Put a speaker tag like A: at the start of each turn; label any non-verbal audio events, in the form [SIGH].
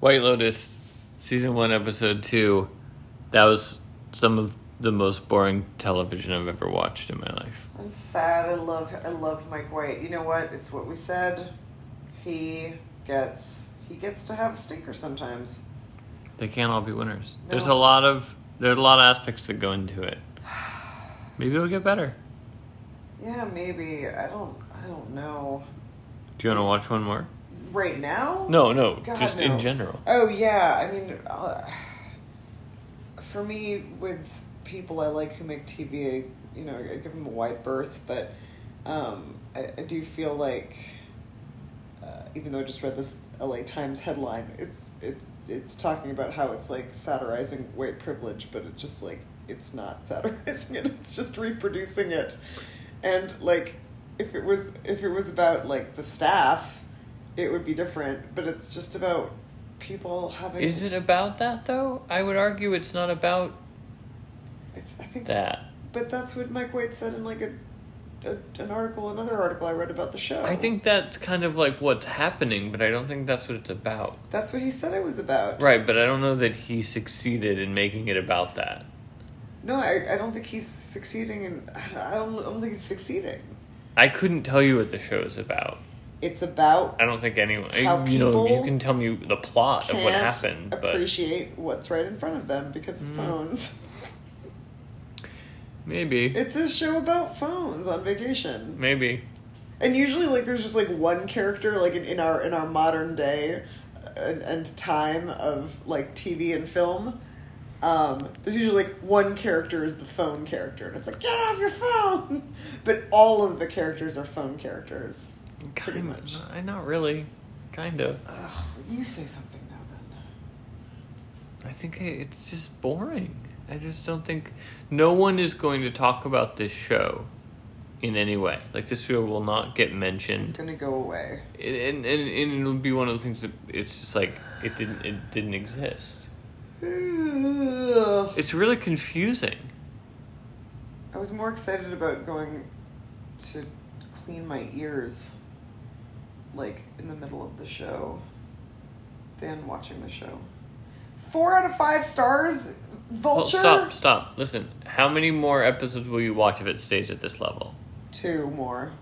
A: White Lotus, season one, episode two. That was some of the most boring television I've ever watched in my life.
B: I'm sad. I love I love Mike White. You know what? It's what we said. He gets he gets to have a stinker sometimes.
A: They can't all be winners. There's a
B: No.
A: lot of there's a lot of aspects that go into it. Maybe it'll get better.
B: Yeah, maybe. I don't I don't know.
A: Do you want to watch one more?
B: Right now?
A: No, no,
B: God,
A: just
B: no.
A: in general.
B: Oh yeah, I mean, uh, for me, with people I like who make TV, I, you know, I give them a wide berth, but um, I, I do feel like, uh, even though I just read this LA Times headline, it's it it's talking about how it's like satirizing white privilege, but it just like it's not [LAUGHS] satirizing it; it's just reproducing it, and like if it was if it was about like the staff. It would be different, but it's just about people having.
A: Is it about that though? I would argue it's not about
B: It's, I think
A: that.
B: But that's what Mike White said in like a, a an article, another article I read about the show.
A: I think that's kind of like what's happening, but I don't think that's what it's about.
B: that's what he said it was about.
A: Right, but I don't know that he succeeded in making it about that.
B: No, I, I don't think he's succeeding, and I don't, I don't think he's succeeding.
A: I couldn't tell you what the show is about.
B: It's about
A: I don't think anyone.
B: How
A: you know, you
B: people
A: can tell me the plot of
B: can't
A: what happened, but Hmm.
B: appreciate what's right in front of them because of phones. [LAUGHS]
A: maybe,
B: It's a show about phones on vacation,
A: maybe.
B: and usually like there's just like one character like in, in our in our modern day uh, and, and time of like TV and film. um, there's usually like one character is the phone character, and it's like get off your phone. [LAUGHS] But all of the characters are phone characters. Pretty
A: Kind
B: much.
A: Of, I not really. Kind of.
B: Ugh, you say something now then.
A: I think I- it's just boring. I just don't think no one is going to talk about this show in any way. Like this show will not get
B: It's
A: mentioned,
B: gonna go away.
A: and and, and, and it'll be one of the things that it's just like it didn't it didn't exist.
B: Ugh.
A: It's really confusing.
B: I was more excited about going to clean my ears, like in the middle of the show, than watching the show. Four out of five stars.
A: Well,
B: Vulture.
A: stop, stop. Listen, how many more episodes will you watch if it stays at this level?
B: Two more.